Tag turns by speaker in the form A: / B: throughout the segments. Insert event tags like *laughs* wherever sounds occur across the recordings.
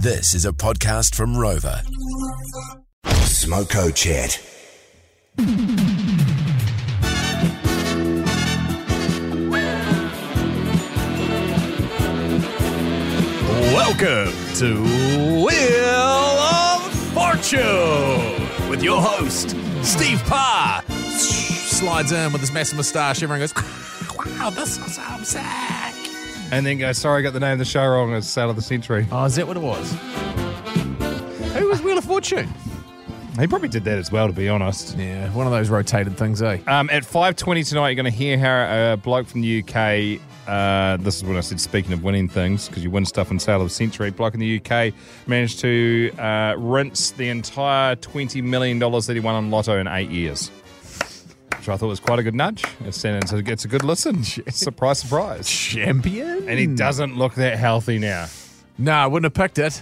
A: This is a podcast from Rover.
B: Smoko Chat.
C: Welcome to Wheel of Fortune with your host, Steve Parr. Slides in with his massive moustache. Everyone goes, wow, this is I'm sick.
D: and then go, sorry, I got the name of the show wrong. It's Sale of the Century.
C: Oh, is that what it was? Who was Wheel of Fortune?
D: He probably did that as well, to be honest.
C: Yeah, one of those rotated things, eh?
D: Um, at 5.20 tonight, you're going to hear how a bloke from the UK, uh, this is when I said speaking of winning things, because you win stuff in Sale of the Century, a bloke in the UK managed to uh, rinse the entire $20 million that he won on Lotto in eight years. Which I thought was quite a good nudge. It's, it's, a, it's a good *laughs* listen. surprise, surprise.
C: Champion?
D: And he doesn't look that healthy now.
C: No, I wouldn't have picked it.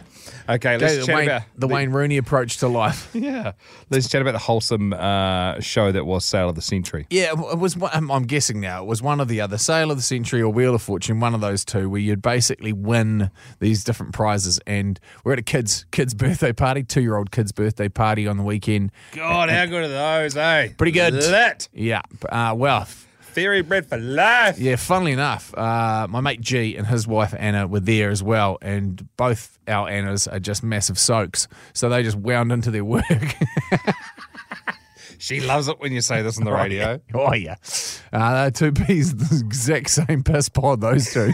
D: Okay, let's
C: Gave the
D: chat
C: Wayne,
D: about
C: the Wayne Rooney approach to life.
D: Yeah. Let's chat about the wholesome uh, show that was Sale of the Century.
C: Yeah, it was. one- I'm, I'm guessing now it was one of the other Sale of the Century or Wheel of Fortune, one of those two, where you'd basically win these different prizes. And we're at a kids kids birthday party, two year old kids birthday party on the weekend.
D: God, how good are those, eh?
C: Pretty good.
D: Lit.
C: Yeah, uh, well,
D: Fairy bread for life.
C: yeah. Funnily enough, uh, my mate G and his wife Anna were there as well, and both our Annas are just massive soaks, so they just wound into their *laughs* work.
D: She loves it when you say *laughs* this on the radio.
C: *laughs* oh yeah, uh, they're two *laughs* peas, the exact same piss pod. Those two.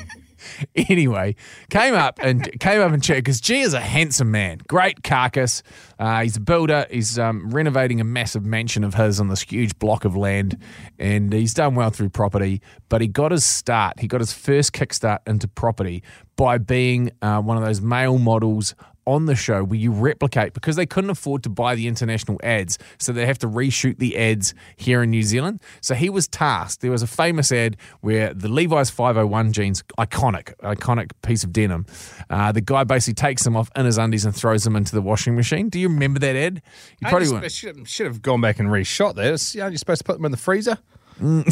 C: *laughs* anyway, came up and came up and checked because G is a handsome man, great carcass. Uh, he's a builder. He's um, renovating a massive mansion of his on this huge block of land, and he's done well through property. But he got his start. He got his first kickstart into property by being uh, one of those male models. On the show, where you replicate because they couldn't afford to buy the international ads, so they have to reshoot the ads here in New Zealand. So he was tasked. There was a famous ad where the Levi's 501 jeans, iconic, iconic piece of denim. Uh, the guy basically takes them off in his undies and throws them into the washing machine. Do you remember that ad? You
D: I
C: probably
D: just-
C: won't.
D: I should, should have gone back and reshot this. Aren't you supposed to put them in the freezer? *laughs* yeah.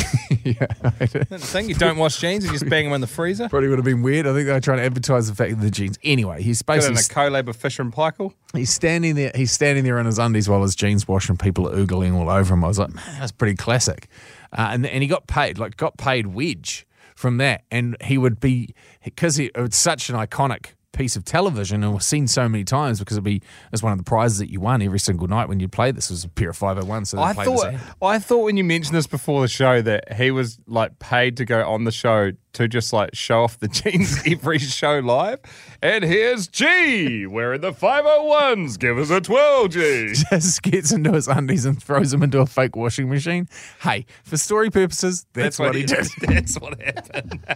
D: Mm. thing you don't wash jeans and just bang them in the freezer. Put
C: Probably would have been weird. I think they were trying to advertise the fact of the jeans. Anyway, he's
D: it in
C: basically
D: a collab of Fisher and Paykel.
C: he's standing there. He's standing there in his undies while his jeans wash, and people are oogling all over him. I was like, man, that was pretty classic. Uh, and and he got paid, like got paid wedge from that. And he would be because it's such an iconic piece of television and was seen so many times because it'd be it's one of the prizes that you won every single night when you play this It was a pair of 501 so they
D: I
C: played
D: thought
C: *laughs* this
D: I thought when you mentioned this before the show that he was like paid to go on the show to just like show off the *laughs* jeans every show live. And here's G wearing the 501s. Give us a 12 G.
C: just gets into his undies and throws them into a fake washing machine hey for story purposes *laughs* that's, what, he did
D: That's what *laughs* happened.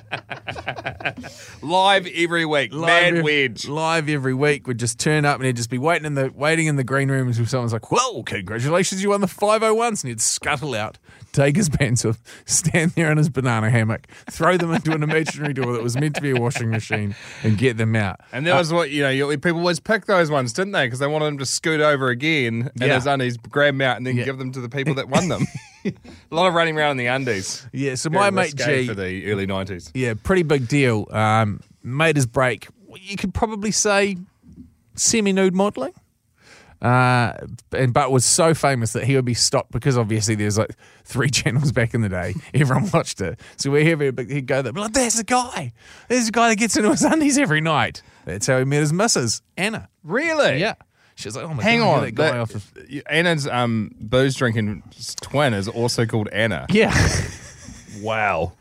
D: live every week. Mad
C: ev- *laughs*
D: wedge.
C: live every week would just turn up and he'd just be waiting in the waiting in the green room until someone's like, "Whoa, congratulations, you won the 501s," and he'd scuttle out, take his pants off, stand there in his banana hammock, throw them into an imaginary door that was meant to be a washing machine, and get them out.
D: And that was what, you know, you- people always pick those ones, didn't they? Because they wanted them to scoot over again and
C: Yeah.
D: his undies, grab them out, and then
C: Yeah.
D: give them to the people that
C: *laughs*
D: won them. a lot of running around in the undies.
C: Yeah, so my
D: Very
C: mate
D: risque
C: G,
D: for the early nineties.
C: yeah, pretty big deal. Um, made his break. You could probably say semi-nude modelling. Uh, and but was so famous that he would be stopped because obviously there's like three *laughs* channels back in the day. Everyone watched it, so we hear but he'd go there. Like, there's a guy. There's a guy that gets into his undies every night. That's how he met his missus Anna.
D: Really?
C: Yeah, she was like, oh my
D: Hang
C: god, I know
D: on.
C: that guy
D: that- *laughs*
C: off of-
D: Anna's um, booze drinking twin is also called Anna.
C: yeah,
D: Wow.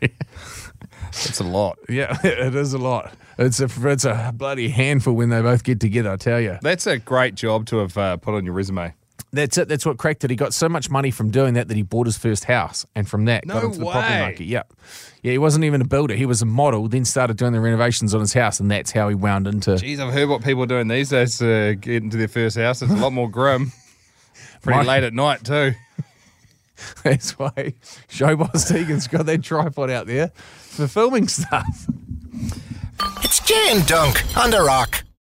D: That's a lot.
C: yeah, *laughs* it is a lot. It's a it's a bloody handful when they both get together. I tell you.
D: That's a great job to have uh, put on your resume.
C: That's it. That's what cracked it. He got so much money from doing that that he bought his first house, and from that got
D: No
C: into the property
D: way.
C: market. Yep. Yeah, he wasn't even a builder. He was a model. Then started doing the renovations on his house, and that's how he wound into
D: Geez, I've heard what people are doing these days to get into their first house. It's a lot more grim. *laughs* Pretty
C: Right.
D: late at night, too.
C: *laughs* That's why show boss Tegan's got that tripod out there for filming stuff.
B: It's Jay and Dunk on the Rock.